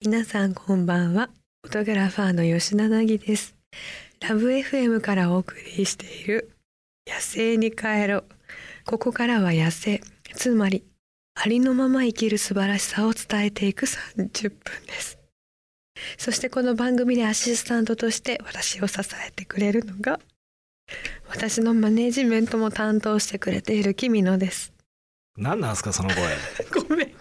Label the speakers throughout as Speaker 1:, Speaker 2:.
Speaker 1: 皆さんこんばんはフォトグラファーの吉田凪ですラブ FM からお送りしている野生に帰ろうここからは野生つまりありのまま生きる素晴らしさを伝えていく30分ですそしてこの番組でアシスタントとして私を支えてくれるのが私のマネジメントも担当してくれているキミノです
Speaker 2: 何なんすかその声
Speaker 1: ごめん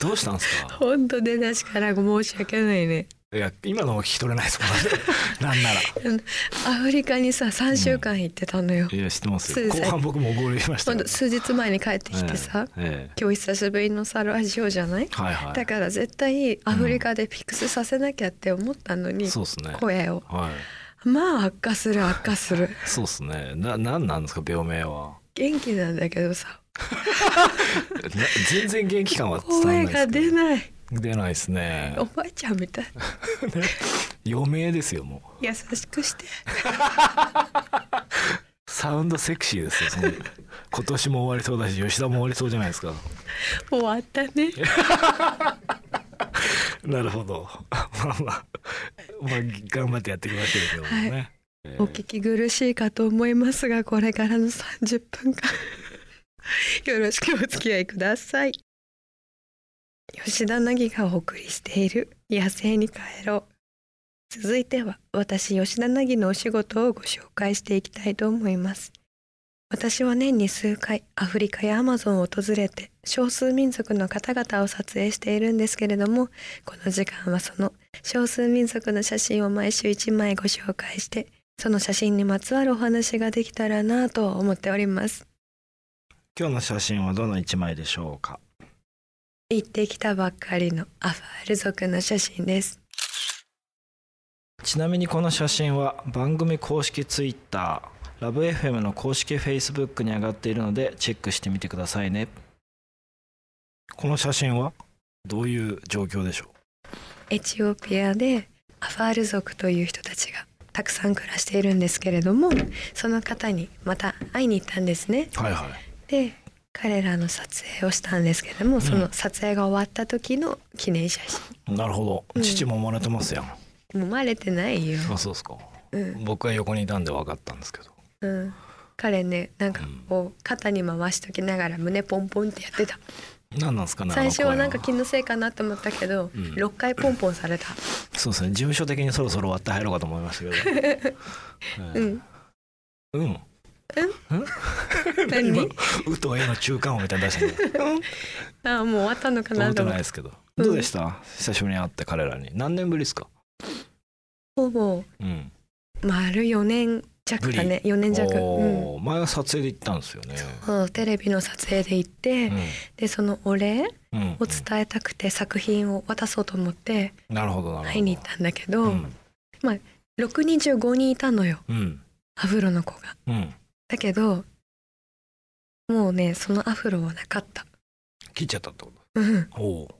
Speaker 2: どうしたんですか
Speaker 1: 本当出だしから申し訳ないね
Speaker 2: いや今のも聞き取れないですも んなんなら
Speaker 1: アフリカにさ3週間行ってたのよ、
Speaker 2: いや知ってます
Speaker 1: そう
Speaker 2: よ
Speaker 1: です
Speaker 2: 後半僕も溺れました
Speaker 1: 今
Speaker 2: よ
Speaker 1: 度数日前に帰ってきてさ、
Speaker 2: えええ
Speaker 1: 今日久しぶりのサラジオじゃない、
Speaker 2: えはいは
Speaker 1: だ
Speaker 2: い
Speaker 1: から絶対アフリカでピックスさせなきゃって思ったのに、
Speaker 2: そうですね
Speaker 1: 声を
Speaker 2: はい
Speaker 1: まあ悪化する悪化する
Speaker 2: そうですねな何なんですか病名は
Speaker 1: 元気なんだけどさ
Speaker 2: な全然元気感は伝わらな
Speaker 1: 声
Speaker 2: いです
Speaker 1: が出
Speaker 2: い
Speaker 1: ない
Speaker 2: 出ないです ね
Speaker 1: おばあちゃんみたい
Speaker 2: 余命ですよも
Speaker 1: 優しくして
Speaker 2: うサウンドセクシーですよその今年も終わりそうだし吉田も終わりそうじゃないですか
Speaker 1: 終わったね
Speaker 2: なるほど まあまあまあ頑張ってやってきましたけどもね、
Speaker 1: は
Speaker 2: ええ
Speaker 1: お聞き苦しいかと思いますがこれからの30分間 よろしくお付き合いください吉田凪がお送りしている「野生に帰ろう」続いては私吉田凪のお仕事をご紹介していきたいと思います私は年に数回アフリカやアマゾンを訪れて少数民族の方々を撮影しているんですけれどもこの時間はその少数民族の写真を毎週1枚ご紹介してその写真にまつわるお話ができたらなぁと思っております
Speaker 2: 今日の写真はどの一枚でしょうか
Speaker 1: 行ってきたばっかりのアファール族の写真です
Speaker 2: ちなみにこの写真は番組公式 Twitter ラブ f m の公式 Facebook に上がっているのでチェックしてみてくださいねこの写真はどういう状況でしょ
Speaker 1: エチオピアでアファール族という人たちがたくさん暮らしているんですけれどもその方にまた会いに行ったんですね
Speaker 2: うはいはい
Speaker 1: で彼らの撮影をしたんですけれども、その撮影が終わった時の記念写真
Speaker 2: なるほど、
Speaker 1: うん
Speaker 2: 父も生まれてますやん
Speaker 1: もうまれてないよ、
Speaker 2: あそうですか
Speaker 1: うん
Speaker 2: 僕は横にいたんで分かったんですけど
Speaker 1: うん、彼ねなんかこう肩に回しときながら胸ポンポンってやってた
Speaker 2: 何なんですかねあの
Speaker 1: 最初はなんか
Speaker 2: 声
Speaker 1: 気のせいかなと思ったけど、
Speaker 2: うん
Speaker 1: 6回ポンポンされた、
Speaker 2: そうですね事務所的にそろそろ終わって入ろうかと思いましたけど、え
Speaker 1: う
Speaker 2: え
Speaker 1: ん、
Speaker 2: うん うん
Speaker 1: 何
Speaker 2: 今うとえの中間音みたいに出してる
Speaker 1: ああもう終わったのか
Speaker 2: 思
Speaker 1: な
Speaker 2: って
Speaker 1: と思
Speaker 2: な
Speaker 1: って
Speaker 2: いですけど、
Speaker 1: うん
Speaker 2: どうでした久しぶりに会って彼らに何年ぶりですか、
Speaker 1: ほぼ
Speaker 2: うん、
Speaker 1: 丸4年弱だね4年弱、うん、
Speaker 2: おー前は撮影で行ったんですよね
Speaker 1: そうテレビの撮影で行って、でそのお礼
Speaker 2: うんうん
Speaker 1: を伝えたくて作品を渡そうと思って
Speaker 2: うんなるほどなるほど
Speaker 1: 会いに行ったんだけ
Speaker 2: う
Speaker 1: ど、
Speaker 2: ん
Speaker 1: 625人いたのよ
Speaker 2: うん
Speaker 1: アフロの子が
Speaker 2: うん
Speaker 1: だけどもうねそのアフロはなかった
Speaker 2: 切っちゃったってこ
Speaker 1: うんも
Speaker 2: とおー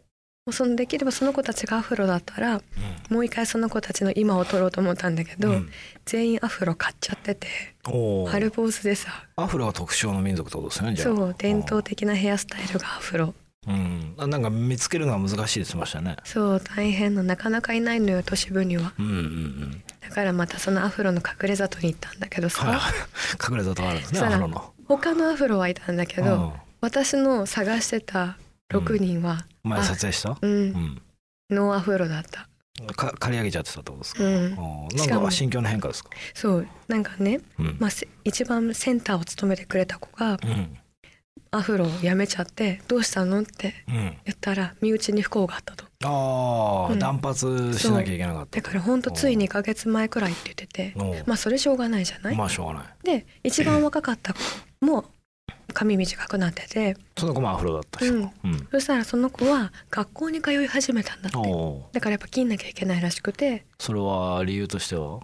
Speaker 1: うそのできればその子たちがアフロだったらもう一回その子たちの今を撮ろうと思ったんだけ
Speaker 2: うん
Speaker 1: ど、
Speaker 2: うん
Speaker 1: 全員アフロ買っちゃってて
Speaker 2: おー
Speaker 1: 春坊主でさ
Speaker 2: アフロは特徴の民族ってことですよねじゃあ
Speaker 1: そう伝統的なヘアスタイルがアフロ
Speaker 2: うんあなんか見つけるのが難しいって言ってましたね
Speaker 1: そう大変ななかなかいないのよ都市部には
Speaker 2: うんうんうん
Speaker 1: だからまたそのアフロの隠れ里に行ったんだけどさ、
Speaker 2: はいはい 隠れたとこあるんですね
Speaker 1: そう
Speaker 2: アフロの
Speaker 1: 他のアフロはいたんだけど、
Speaker 2: うん
Speaker 1: 私の探してた6人は、
Speaker 2: 前撮影した
Speaker 1: うん
Speaker 2: うん
Speaker 1: ノーアフロだった
Speaker 2: か刈り上げちゃってたってことですか、
Speaker 1: うん
Speaker 2: おー
Speaker 1: しか
Speaker 2: なん
Speaker 1: も
Speaker 2: か心境の変化ですか、
Speaker 1: そうなんかね、
Speaker 2: うん
Speaker 1: まあ、せ一番センターを務めてくれた子が
Speaker 2: うん
Speaker 1: アフロを辞めちゃって「どうしたの?」って
Speaker 2: うん、
Speaker 1: 言ったら身内に不幸があったと
Speaker 2: ああ、
Speaker 1: うん
Speaker 2: 断髪しなきゃいけなかった
Speaker 1: だからほんとつい2ヶ月前くらいって言ってて
Speaker 2: おう
Speaker 1: まあそれしょうがないじゃない、
Speaker 2: まあしょうがない
Speaker 1: で一番若かった子も髪短くなってて
Speaker 2: その子もアフロだったし、
Speaker 1: う
Speaker 2: うんん
Speaker 1: そしたらその子は学校に通い始めたんだって
Speaker 2: おう
Speaker 1: だからやっぱ切んなきゃいけないらしくて
Speaker 2: それは理由としては、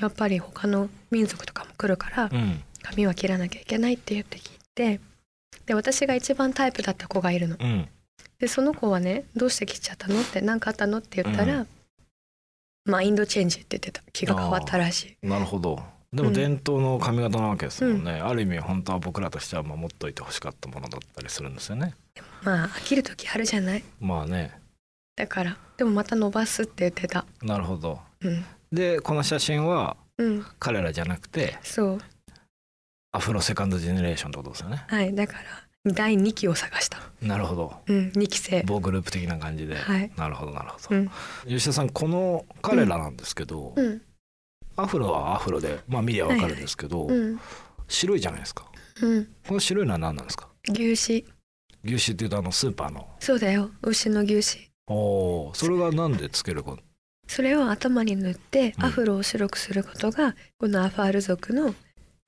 Speaker 1: やっぱり他の民族とかも来るから
Speaker 2: うん
Speaker 1: 髪は切らなきゃいけないって言って切ってで私が一番タイプだった子がいるの
Speaker 2: うん、
Speaker 1: でその子はね「どうして切っちゃったの?」って「何かあったの?」って言ったら、
Speaker 2: う
Speaker 1: マインドチェンジって言ってた気が変わったらしい
Speaker 2: なるほどで
Speaker 1: う
Speaker 2: も
Speaker 1: ん
Speaker 2: 伝統の髪型なわけですもんね、ある意味本当は僕らとしては守っといてほしかったものだったりするんですよね
Speaker 1: まあ飽きる時あるじゃない
Speaker 2: まあね
Speaker 1: だからでもまた伸ばすって言ってた
Speaker 2: なるほど
Speaker 1: うん
Speaker 2: でこの写真は
Speaker 1: うん
Speaker 2: 彼らじゃなくて
Speaker 1: そう
Speaker 2: アフロセカンドジェネレーションってことですよね
Speaker 1: はいだから第2期を探した
Speaker 2: なるほど
Speaker 1: うん2期生
Speaker 2: 某グループ的な感じで、
Speaker 1: はい
Speaker 2: なるほどなるほ
Speaker 1: う
Speaker 2: ど、
Speaker 1: ん
Speaker 2: 吉田さんこの彼らなんですけど、
Speaker 1: うん
Speaker 2: アフロはアフロでまあ見りゃわかるんですけど、
Speaker 1: うん
Speaker 2: 白いじゃないですか
Speaker 1: うん
Speaker 2: この白いのは何なんですか
Speaker 1: 牛脂
Speaker 2: 牛脂っていうとあのスーパーの
Speaker 1: そうだよ牛の牛脂
Speaker 2: おーそれがなんでつけるか
Speaker 1: それを頭に塗って
Speaker 2: うん
Speaker 1: アフロを白くすることがこのアファール族の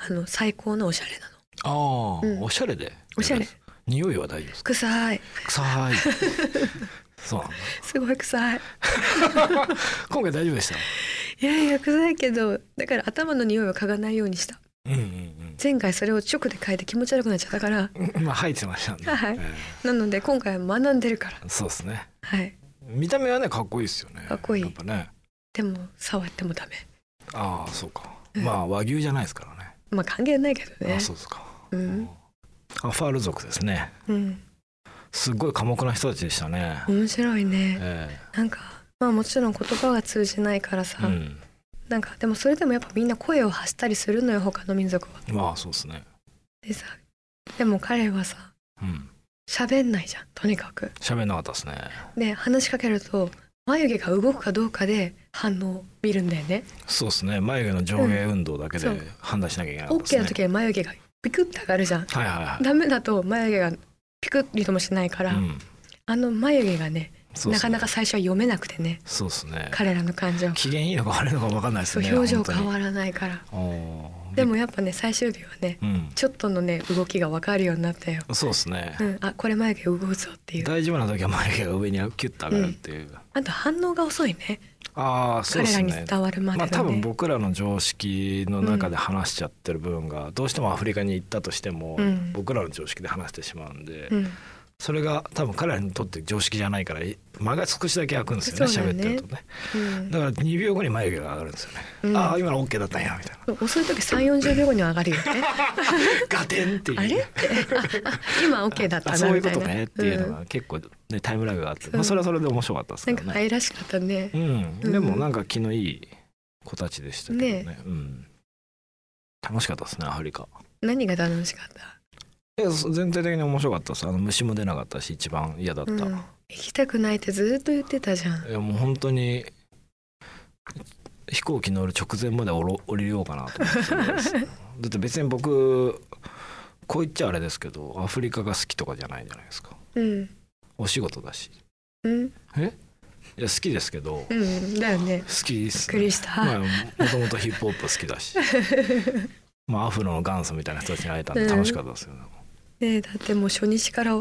Speaker 1: あの最高のおしゃれなの
Speaker 2: ああ、
Speaker 1: うん
Speaker 2: おしゃれで
Speaker 1: おしゃれ
Speaker 2: 匂いは大丈夫ですか
Speaker 1: 臭い
Speaker 2: 臭 いそうなんだ
Speaker 1: すごい臭い
Speaker 2: 今回大丈夫でした
Speaker 1: いやいや臭いけどだから頭の匂いは嗅がないようにした
Speaker 2: うんうん
Speaker 1: 前回それを直で嗅いで気持ち悪くなっちゃったから
Speaker 2: うんまあ入ってましたね、
Speaker 1: はい
Speaker 2: え
Speaker 1: なので今回は学んでるから
Speaker 2: えそうですね
Speaker 1: はい
Speaker 2: 見た目はねかっこいいですよね
Speaker 1: かっこいい
Speaker 2: やっぱね
Speaker 1: でも触ってもダメ
Speaker 2: ああそうか、
Speaker 1: うん
Speaker 2: まあ和牛じゃないですからね
Speaker 1: まあ関係ないけどね
Speaker 2: あそうですか、
Speaker 1: うん
Speaker 2: アファール族ですね
Speaker 1: うん
Speaker 2: すっごい寡黙な人たちでしたね、
Speaker 1: 面白いね
Speaker 2: え
Speaker 1: なんかまあもちろん言葉が通じないから
Speaker 2: え
Speaker 1: さ、
Speaker 2: うん
Speaker 1: なんかでもそれでもやっぱみんな声を発したりするのよ他の民族は
Speaker 2: まあそうですね
Speaker 1: でさでも彼はさ
Speaker 2: うん
Speaker 1: 喋んないじゃんとにかく
Speaker 2: 喋んなかったですね
Speaker 1: で話しかけると眉毛が動くかどうかで反応を見るんだよね
Speaker 2: そうですね眉毛の上下運動だけで
Speaker 1: うんそう
Speaker 2: 判断しなきゃいけなかった
Speaker 1: OK
Speaker 2: で
Speaker 1: の
Speaker 2: す
Speaker 1: 時
Speaker 2: ね、
Speaker 1: は眉毛がピクッて上がるじゃん
Speaker 2: はいはいはい
Speaker 1: ダメだと眉毛がピクッりともしないから、
Speaker 2: うん
Speaker 1: あの眉毛がね
Speaker 2: そうっ
Speaker 1: な
Speaker 2: す
Speaker 1: か
Speaker 2: ね
Speaker 1: なか最初は読めなくてね
Speaker 2: そうですね
Speaker 1: 彼らの感情
Speaker 2: 機嫌いいのか悪いのか分かんないです
Speaker 1: そう
Speaker 2: ね
Speaker 1: 表情変
Speaker 2: る
Speaker 1: わらないからで
Speaker 2: でも
Speaker 1: もやっぱね最終日はね
Speaker 2: うん
Speaker 1: ちょっとのね動きが分かるようになったよ、
Speaker 2: そうですね
Speaker 1: うん、あこれ眉毛動くぞっていう
Speaker 2: 大丈夫な時は眉毛が上にキュッと上がるっていう、
Speaker 1: あと反応が遅いね
Speaker 2: ああそうで
Speaker 1: 彼ら
Speaker 2: す
Speaker 1: に
Speaker 2: ね
Speaker 1: 伝わるまでが
Speaker 2: まあ
Speaker 1: ね、
Speaker 2: 多分僕らの常識の中で話しちゃってる部分がどうしてもアフリカに行ったとしても
Speaker 1: うん
Speaker 2: 僕らの常識で話してしまうんで
Speaker 1: うん、
Speaker 2: それが多分彼らにとって常識じゃないから間が少しだけ空くんですよね
Speaker 1: そうだ
Speaker 2: 喋っ
Speaker 1: ね
Speaker 2: てるとね
Speaker 1: うん
Speaker 2: だから2秒後に眉毛が上がるんですよね
Speaker 1: うん
Speaker 2: ああ今の OK だったんや みたいな
Speaker 1: 遅い時3四4 0秒後には上がる よね
Speaker 2: ガテンっていう
Speaker 1: あれ ってああ今 OK だった
Speaker 2: あ
Speaker 1: な
Speaker 2: そうい
Speaker 1: み
Speaker 2: うこ
Speaker 1: たい
Speaker 2: と
Speaker 1: な
Speaker 2: ねっていうの
Speaker 1: ん
Speaker 2: が結構ねタイムラグがあって
Speaker 1: うん
Speaker 2: まあそれはそれで面白かったです
Speaker 1: な
Speaker 2: け
Speaker 1: ん
Speaker 2: ど
Speaker 1: か
Speaker 2: ね
Speaker 1: 愛らしかったね
Speaker 2: うん
Speaker 1: うん
Speaker 2: でもなんか気のいい子たちでしたけどね
Speaker 1: ね
Speaker 2: うん楽しかったですねアフリカ
Speaker 1: 何が楽しかった、
Speaker 2: いやそ全体的に面白かったですあの虫も出なかったし一番嫌だった、
Speaker 1: うん、
Speaker 2: い
Speaker 1: 行きたくないってずっと言ってたじゃ ん
Speaker 2: やもう本当に飛行機乗る直前まで降ろ降りようかなと思ってたぐらいで すだって別に僕こう言っちゃあれですけどアフリカが好きとかじゃないじゃないですか
Speaker 1: うん
Speaker 2: お仕事だし
Speaker 1: うん
Speaker 2: いや好きですけど
Speaker 1: う
Speaker 2: 好
Speaker 1: んだよね
Speaker 2: きで
Speaker 1: びっ
Speaker 2: す、
Speaker 1: く
Speaker 2: ね
Speaker 1: りした、
Speaker 2: まあ、もともとヒップホップ好き だしまあアフロの元祖みたいな人たちに会えたんで楽しかったですよね、
Speaker 1: ねえだってもう初日から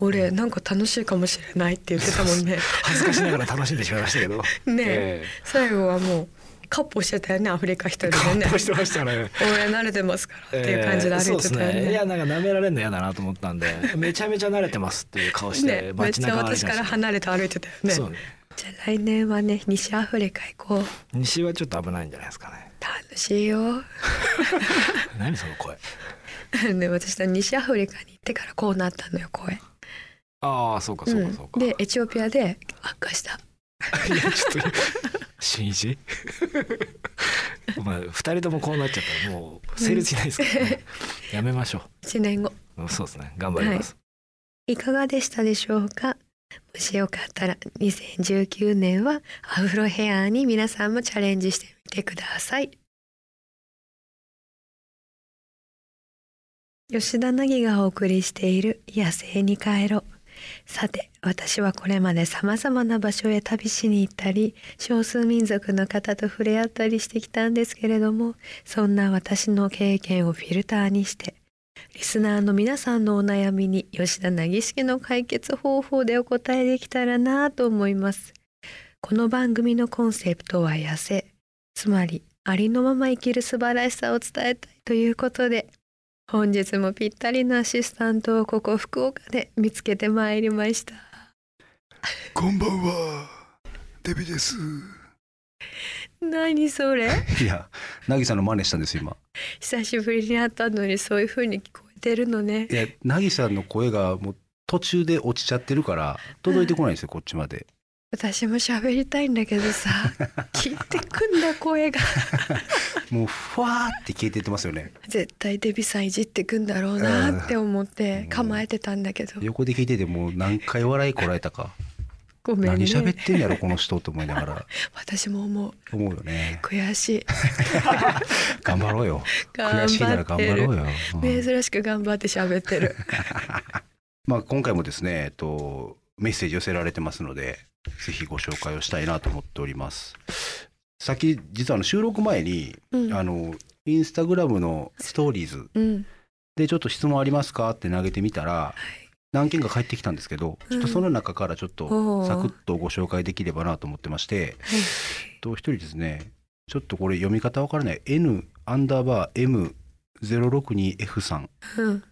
Speaker 1: 俺なんか楽しいかもしれないって言ってたもんね
Speaker 2: 恥ずかしながら楽しんでしまいましたけど
Speaker 1: ねえ、
Speaker 2: え
Speaker 1: 最後はもうカッポしてたよねアフリカ一人
Speaker 2: え
Speaker 1: で
Speaker 2: 感
Speaker 1: ね
Speaker 2: 動してましたね
Speaker 1: 俺慣れてますからっていう感じで歩いてた
Speaker 2: えーそう
Speaker 1: よ
Speaker 2: ですねい
Speaker 1: ね,、
Speaker 2: やなんか舐められるの嫌だなと思ったん でめちゃめちゃ慣れてますっていう顔して
Speaker 1: ねめっ
Speaker 2: 街
Speaker 1: ちゃ
Speaker 2: 中歩いてま
Speaker 1: 私
Speaker 2: し
Speaker 1: から
Speaker 2: た
Speaker 1: 離れて歩いてたよね
Speaker 2: そうね
Speaker 1: じゃあ来年はね西アフリカ行こう
Speaker 2: 西はちょっと危ないんじゃないです かね
Speaker 1: 楽しいよ
Speaker 2: 何その声
Speaker 1: ね私は西アフリカに行ってからこうなったのよ声
Speaker 2: ああそうかそうかそうか、
Speaker 1: ん、でエチオピアで悪化した
Speaker 2: いやちょっ と新一 お前二人ともこうなっちゃったらもう成立しないですから、ね、やめましょ
Speaker 1: 1年後
Speaker 2: ううんそうですね頑張ります、
Speaker 1: いかがでしたでしょうかもしよかったら2019年はアフロヘアに皆さんもチャレンジしてみてください吉田凪がお送りしている野生に帰ろうさて私はこれまで様々な場所へ旅しに行ったり少数民族の方と触れ合ったりしてきたんですけれどもそんな私の経験をフィルターにしてリスナーの皆さんのお悩みに吉田凪式の解決方法でお答えできたらなぁと思います。この番組のコンセプトは野生。つまり、ありのまま生きる素晴らしさを伝えたいということで、本日もぴったりのアシスタントをここ福岡で見つけてまいりました。
Speaker 3: こんばんは。デビです。
Speaker 1: 何それ
Speaker 3: いや、なぎさんの真似したんですよ、今。
Speaker 1: 久しぶりに会ったのにそういう風に聞こえてるのね。
Speaker 3: いや、なぎさんの声がもう途中で落ちちゃってるから、届いてこないんですよ、こっちまで。
Speaker 1: 私も喋りたいんだけどさ聞いてくんだ声が
Speaker 4: もうふわーって消えてってますよね
Speaker 1: 絶対デビさんいじってくんだろうなって思って構えてたんだけど
Speaker 4: 横で聞いててもう何回笑いこらえたか
Speaker 1: ごめん
Speaker 4: 何
Speaker 1: ね
Speaker 4: 喋ってんやろこの人と思いながら
Speaker 1: 私も思う
Speaker 4: 思うよね
Speaker 1: 悔しい
Speaker 4: 頑張ろうよ 悔しいなら頑張ろうよ、うん
Speaker 1: 珍しく頑張って喋って る
Speaker 4: まあ今回もですねえっとメッセージ寄せられてますのでぜひご紹介をしたいなと思っておりますさっき実はあの収録前に、
Speaker 1: うん
Speaker 4: あのインスタグラムのストーリーズ
Speaker 1: うん
Speaker 4: でちょっと質問ありますかって投げてみたら何件か返ってきたんですけど、ちょっとその中からちょっ
Speaker 1: お
Speaker 4: と
Speaker 1: ー
Speaker 4: サクッとご紹介できればなと思ってまして、えっと一人ですねちょっとこれ読み方わからない N アンダーバー M062F さん
Speaker 1: うん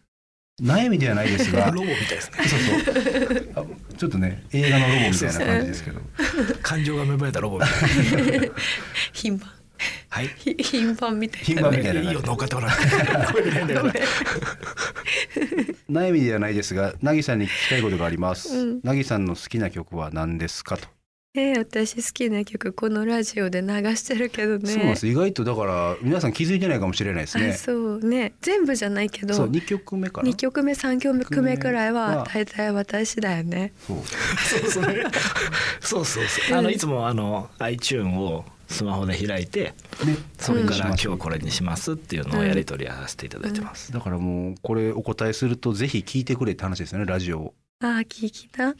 Speaker 4: 悩みではないですが
Speaker 2: ロボみたいですね
Speaker 4: そうそうあ ちょっとね映画のロボみたいな感じですけど
Speaker 2: 感情が芽生えたロボみたい な
Speaker 1: 頻繁
Speaker 2: はい
Speaker 1: ひ 頻繁みたい
Speaker 4: 頻
Speaker 1: な
Speaker 4: 繁みたいな感
Speaker 2: いい
Speaker 4: じ
Speaker 2: よ乗っかってもらっ て声出ないんだよ
Speaker 1: ごめ
Speaker 2: なん
Speaker 4: 悩みではないですがなぎさんに聞きたいことがあります、
Speaker 1: うん
Speaker 4: なぎさんの好きな曲は何ですかと、
Speaker 1: えー私好きな曲このラジオで流してるけどね
Speaker 4: そうなんです意外とだから皆さん気づいてないかもしれないです
Speaker 1: あ
Speaker 4: ね
Speaker 1: そうね全部じゃないけ
Speaker 4: そう
Speaker 1: ど
Speaker 4: 2曲目かな
Speaker 1: 二曲目三曲目くらいは
Speaker 4: 二曲目
Speaker 1: 大体
Speaker 4: は
Speaker 1: 私だよね
Speaker 4: そう
Speaker 2: そうそうそうそうそうあのいつもあの iTune をスマホで開いて
Speaker 4: ね
Speaker 2: それから
Speaker 4: うん
Speaker 2: 今日これにしますっていうのをやり取りはさせていただいてます、
Speaker 4: だからもうこれお答えするとぜひ聞いてくれって話ですよねラジオを
Speaker 1: あー聞きな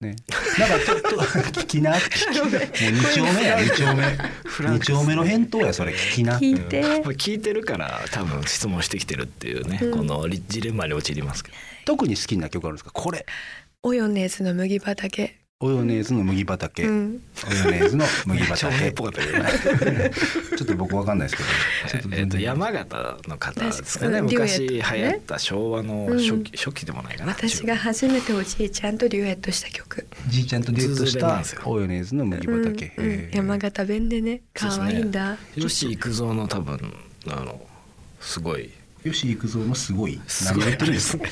Speaker 4: ねなんかちょっと 聞きな聞きなもう2丁目や2丁目
Speaker 2: フ
Speaker 4: 2丁目の返答やそれ聞きな
Speaker 1: 聞いて
Speaker 2: まあ聞いてるから多分質問してきてるっていうね、
Speaker 1: うん
Speaker 2: このリジレンマに陥りますけど
Speaker 4: 特に好きな曲あるんですかこれ
Speaker 1: オヨネーズの麦畑
Speaker 4: オヨネーズの麦畑、
Speaker 1: うん
Speaker 4: オヨネーズの麦
Speaker 2: 長
Speaker 4: 畑
Speaker 2: 編っぽかったけどね
Speaker 4: ちょっと僕わかんないですけど、ちょっと
Speaker 2: えっと山形の方ですか
Speaker 1: 確か
Speaker 2: ね
Speaker 1: に
Speaker 2: 昔
Speaker 1: デュエ
Speaker 2: 流
Speaker 1: ットね
Speaker 2: 行った昭和の初期,、初期でもないかな
Speaker 1: 私が初めておじいちゃんとデュエットした曲、
Speaker 4: じいちゃんとデートし
Speaker 2: ズーズーなん
Speaker 4: た
Speaker 2: ですよ
Speaker 4: オヨネーズの麦
Speaker 1: うんうん
Speaker 4: 畑、へー
Speaker 1: 山形弁でね
Speaker 2: そうです
Speaker 1: 可
Speaker 2: ね
Speaker 1: 愛いんだ、
Speaker 2: 吉幾三の多分あのすごい
Speaker 4: 吉幾三のすごい
Speaker 2: すご
Speaker 4: 何を
Speaker 2: い
Speaker 4: 言ってるんですか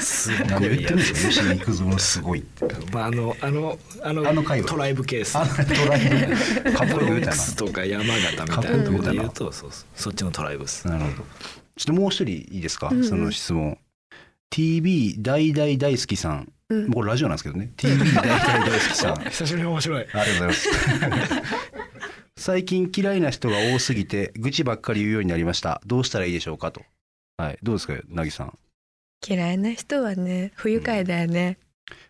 Speaker 2: す
Speaker 4: 何を
Speaker 2: ご
Speaker 4: 言っ
Speaker 2: い
Speaker 4: て
Speaker 2: や
Speaker 4: るんです
Speaker 2: つ
Speaker 4: か吉幾三のすごいって
Speaker 2: まああのあのあの
Speaker 4: あの会話
Speaker 2: トライブケース
Speaker 4: あトライブカッ
Speaker 2: ト
Speaker 4: プル
Speaker 2: ロ
Speaker 4: 言う
Speaker 2: ッ
Speaker 4: た
Speaker 2: クスとか山形み
Speaker 4: カ
Speaker 2: た
Speaker 4: ップ
Speaker 2: い
Speaker 4: ル
Speaker 2: なこ
Speaker 4: 言う
Speaker 2: と
Speaker 4: た
Speaker 2: で
Speaker 4: な
Speaker 2: 言うとそうそうそっちのトライブス
Speaker 4: ななるほどちょっともう一人いいですか、
Speaker 1: うんうん
Speaker 4: その質問 TV 大大大好きさん
Speaker 1: うん
Speaker 4: これラジオなんですけどね TV 大大大好きさん あ
Speaker 2: 久しぶりに面白い
Speaker 4: りがとうございます 最近嫌いな人が多すぎて愚痴ばっかり言うようになりましたどうしたらいいでしょうかとはいどうですかなぎさん
Speaker 1: 嫌いな人はね不愉快だよね、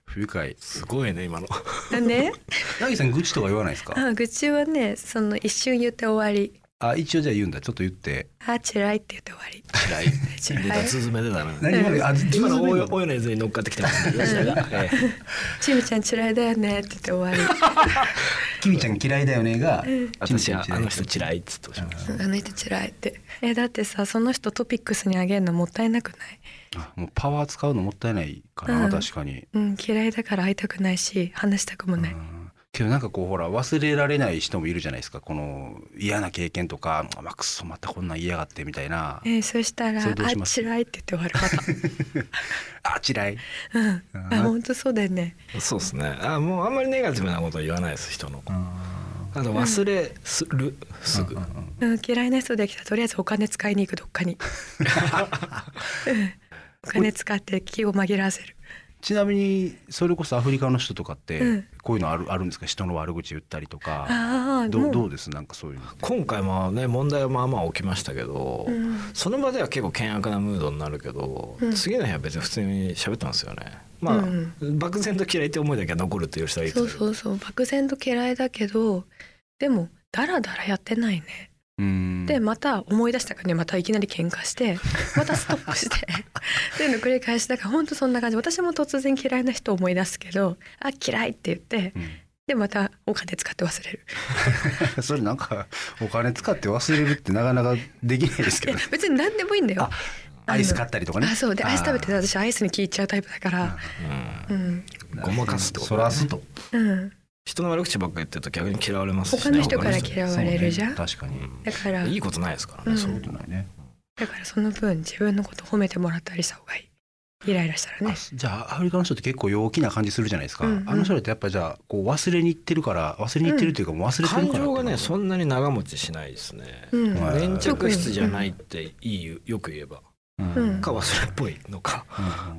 Speaker 4: 不愉快
Speaker 2: すごいね今の
Speaker 1: だね
Speaker 4: なぎさん愚痴とか言わないで すか
Speaker 1: あ愚痴はねその一瞬言って終わり
Speaker 4: あ一応じゃあ言うんだちょっと言って
Speaker 1: あ嫌いって言って終わり
Speaker 2: 嫌い
Speaker 1: 嫌い
Speaker 2: でズズメでだね
Speaker 4: 何今のあず
Speaker 2: 今の
Speaker 4: ずめ
Speaker 2: お
Speaker 4: の
Speaker 2: よおよのやつに乗っかってきて ますね吉田がええ
Speaker 1: ちみちゃん嫌いだよねって言って終わ
Speaker 4: きみちゃん嫌いだよねがちみ
Speaker 2: 私
Speaker 4: ちゃん
Speaker 2: はあの人嫌いっつっておっしゃいました
Speaker 1: りあの人嫌いってえだってさその人トピックスにあげるのもったいなくない
Speaker 4: あもうパワー使うのもったいないかな、
Speaker 1: うん
Speaker 4: 確かに、
Speaker 1: うん嫌いだから会いたくないし話したくも
Speaker 4: う
Speaker 1: ない、
Speaker 4: んけどなんかこうほら忘れられない人もいるじゃないですかこの嫌な経験とか「まあ、くそまたこんなん言いやがって」みたいな
Speaker 1: えーそしたら「
Speaker 4: それどう
Speaker 1: あ
Speaker 4: します
Speaker 1: 嫌い」って言って終わるまた
Speaker 4: 「あ嫌い」
Speaker 1: うん
Speaker 4: あ
Speaker 1: あ本当そうだよね
Speaker 2: そうですねあもうあんまりネガティブなこと言わないです人の
Speaker 4: あ
Speaker 2: あと忘れするすぐ
Speaker 4: ー
Speaker 1: うん、嫌いな人できたらとりあえずお金使いに行くどっかに、うんお金使って気を紛らわせる
Speaker 4: ちなみにそれこそアフリカの人とかって、
Speaker 1: うん
Speaker 4: こういうのあるあるんですか人の悪口言ったりとか
Speaker 1: ああ
Speaker 4: ど
Speaker 1: も
Speaker 4: う
Speaker 1: う
Speaker 4: どうですなんかそういうのって
Speaker 2: 今回もね問題はまあまあ起きましたけど、
Speaker 1: うん
Speaker 2: その場では結構険悪なムードになるけど、
Speaker 1: うん
Speaker 2: 次の日は別に普通に喋ったんですよねまあ、
Speaker 1: うん
Speaker 2: 漠然と嫌いって思いだけは残るっていう人はいるけ
Speaker 1: そ
Speaker 2: ど
Speaker 1: うそうそう漠然と嫌いだけどでもダラダラやってないね
Speaker 4: うん
Speaker 1: でまた思い出したからねまたいきなり喧嘩してまたストップしてっていうの繰り返しだからほんとそんな感じ私も突然嫌いな人を思い出すけど「あ嫌い」って言って
Speaker 4: う
Speaker 1: でまたお金使って忘れる
Speaker 4: ん それなんかお金使って忘れるってなかなかできないです
Speaker 1: い
Speaker 4: け
Speaker 1: や
Speaker 4: どね
Speaker 1: 別に何でもいいんだよ
Speaker 4: あアイス買ったりとかね
Speaker 1: あそうでアイス食べてたら私アイスに聞いちゃうタイプだからうん、
Speaker 2: うんごまかすってこと
Speaker 4: そらすと
Speaker 1: うん、
Speaker 2: 人の悪口ばっかり言ってると逆に嫌われますし
Speaker 1: 他の人から嫌われるじゃん
Speaker 4: そうね確かに、
Speaker 2: うん
Speaker 1: だから
Speaker 2: いいことないですからね、
Speaker 1: うん
Speaker 2: そう
Speaker 4: そういうことないね
Speaker 1: だからその分自分のこと褒めてもらったりした方がいいイライラしたらね
Speaker 4: あじゃあアフリカの人って結構陽気な感じするじゃないですか、
Speaker 1: うんうん
Speaker 4: あの人らってやっぱじゃあこう忘れにいってるから忘れにいってるというかもう忘れてるから
Speaker 2: 感情がね
Speaker 4: そ
Speaker 2: そんなに長持ちしないですね、
Speaker 1: うん、
Speaker 4: はい
Speaker 2: 粘着質じゃないっていいよよく言えば
Speaker 4: うん
Speaker 1: うん
Speaker 2: か忘れっぽいのか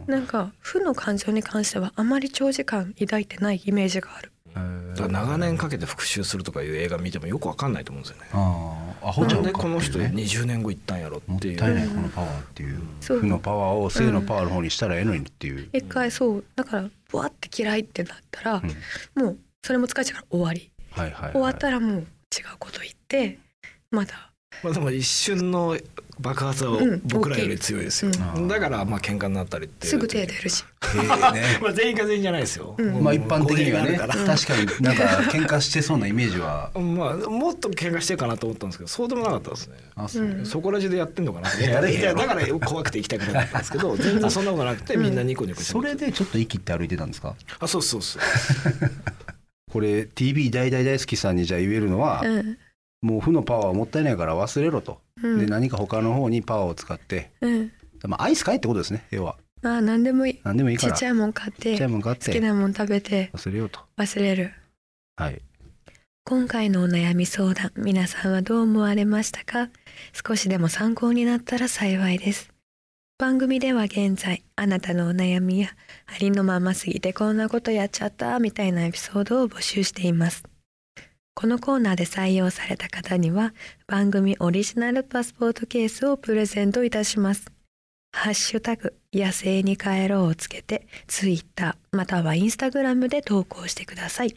Speaker 1: なんか負の感情に関してはあまり長時間抱いてないイメージがある
Speaker 2: だから長年かけて復習するとかいう映画見てもよくわかんないと思うんですよね
Speaker 4: ああアホち
Speaker 2: な
Speaker 4: ゃ
Speaker 2: ん
Speaker 4: ん
Speaker 2: で
Speaker 4: か
Speaker 2: この人
Speaker 4: ね
Speaker 2: 20年後行ったんやろ
Speaker 4: も
Speaker 2: っ
Speaker 4: ってた
Speaker 2: い
Speaker 4: いうないこのパワーっていう
Speaker 1: そう
Speaker 4: 負のパワーを性のパワーの方にしたらええのにっていう、
Speaker 1: 一回そうだからボワって嫌いってなったら
Speaker 4: うん、
Speaker 1: もうそれも疲れちゃうから終わり
Speaker 4: はいはい、はい、
Speaker 1: 終わったらもう違うこと言ってまだ
Speaker 2: まあでも一瞬の爆発は
Speaker 1: うん
Speaker 2: 僕らより強いですよ、
Speaker 4: 大きいうん
Speaker 2: だからまあ喧嘩になったりっていう
Speaker 1: すぐ手出るし
Speaker 4: へえね
Speaker 2: まあ全員が全員じゃないですよ、
Speaker 1: うん
Speaker 4: まあ一般的には
Speaker 2: 語弊
Speaker 4: ね
Speaker 2: がある
Speaker 4: 確かになんか喧嘩してそうなイメージは
Speaker 2: からまあもっと喧嘩してるかなと思ったんですけどそうでもなかったですね
Speaker 4: あそう、
Speaker 1: うん
Speaker 2: そこら中でやってんのかなと思っ
Speaker 4: いやや
Speaker 2: た
Speaker 4: れへん
Speaker 2: い
Speaker 4: や
Speaker 2: や
Speaker 4: ろ
Speaker 2: だから怖くて行きたくなかったんですけど全然そんなことなくてみんなニコニコして
Speaker 4: それでちょっと息って歩いてたんですか
Speaker 2: あそうそうそう
Speaker 4: これ TV 大大大好きさんにじゃあ言えるのは、
Speaker 1: うん
Speaker 4: もう負のパワーはもったいないから忘れろと、
Speaker 1: うん
Speaker 4: で何か他の方にパワーを使って、
Speaker 1: うん
Speaker 4: まあ、アイス買えってことですね要は
Speaker 1: まあ何でもいい
Speaker 4: 何でもいいか
Speaker 1: ちっ
Speaker 4: ら
Speaker 1: ちゃいもん買っ
Speaker 4: ちっちゃ
Speaker 1: て
Speaker 4: いもん買っ
Speaker 1: 好き
Speaker 4: て
Speaker 1: なもん食べて
Speaker 4: 忘れようと
Speaker 1: 忘れる
Speaker 4: はい
Speaker 1: 今回のお悩み相談皆さんはどう思われましたか少しでも参考になったら幸いです番組では現在あなたのお悩みやありのまますぎてこんなことやっちゃったみたいなエピソードを募集していますこのコーナーで採用された方には番組オリジナルパスポートケースをプレゼントいたしますハッシュタグ野生に帰ろうをつけてツイッターまたはインスタグラムで投稿してください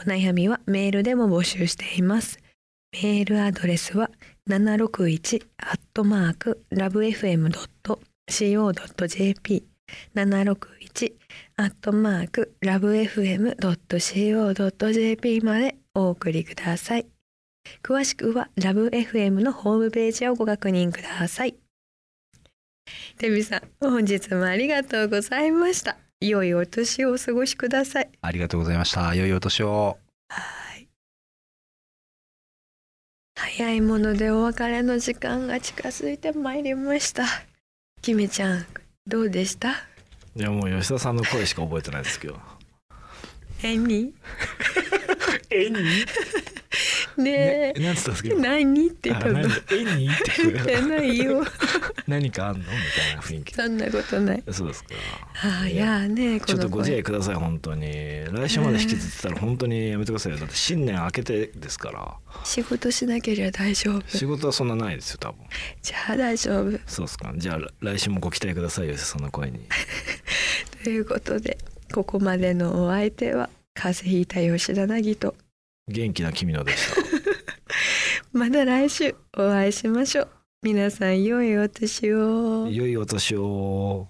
Speaker 1: お悩みはメールでも募集しています。メールアドレスは761アットマークラブ FM.co.jp 761アットマークラブ FM.co.jp までお送りください。詳しくはラブ FM のホームページをご確認ください。デビさん、本日もありがとうございました。良いお年をお過ごしください。
Speaker 4: ありがとうございました良いお年を
Speaker 1: はい。早いものでお別れの時間が近づいてまいりました。キメちゃん、どうでした
Speaker 2: いやもう吉田さんの声しか覚えてないですけど
Speaker 1: えに
Speaker 2: えに
Speaker 1: ね
Speaker 2: 何つったんです
Speaker 1: え、
Speaker 2: けど
Speaker 1: 何って言ったの
Speaker 2: えにっ
Speaker 1: 言ってないよ。
Speaker 2: 何かあんのみたいな雰囲気
Speaker 1: そんなことない。
Speaker 2: そうですか
Speaker 1: ああ、いやーね、こ
Speaker 2: ちょっと
Speaker 1: の
Speaker 2: ご自愛ください本当に来週まで引きずってたら本当にやめてくださいよだって新年明けてですから
Speaker 1: 仕事しなければ大丈夫。
Speaker 2: 仕事はそんなないですよ多分
Speaker 1: じゃあ大丈夫。
Speaker 2: そうですかじゃあ来週もご期待くださいよその声に
Speaker 1: ということで、ここまでのお相手は、風邪ひいた吉田凪と、
Speaker 2: 元気な君のでした
Speaker 1: また来 週お会いしましょう。皆さん、良いお年を。
Speaker 2: 良いお年を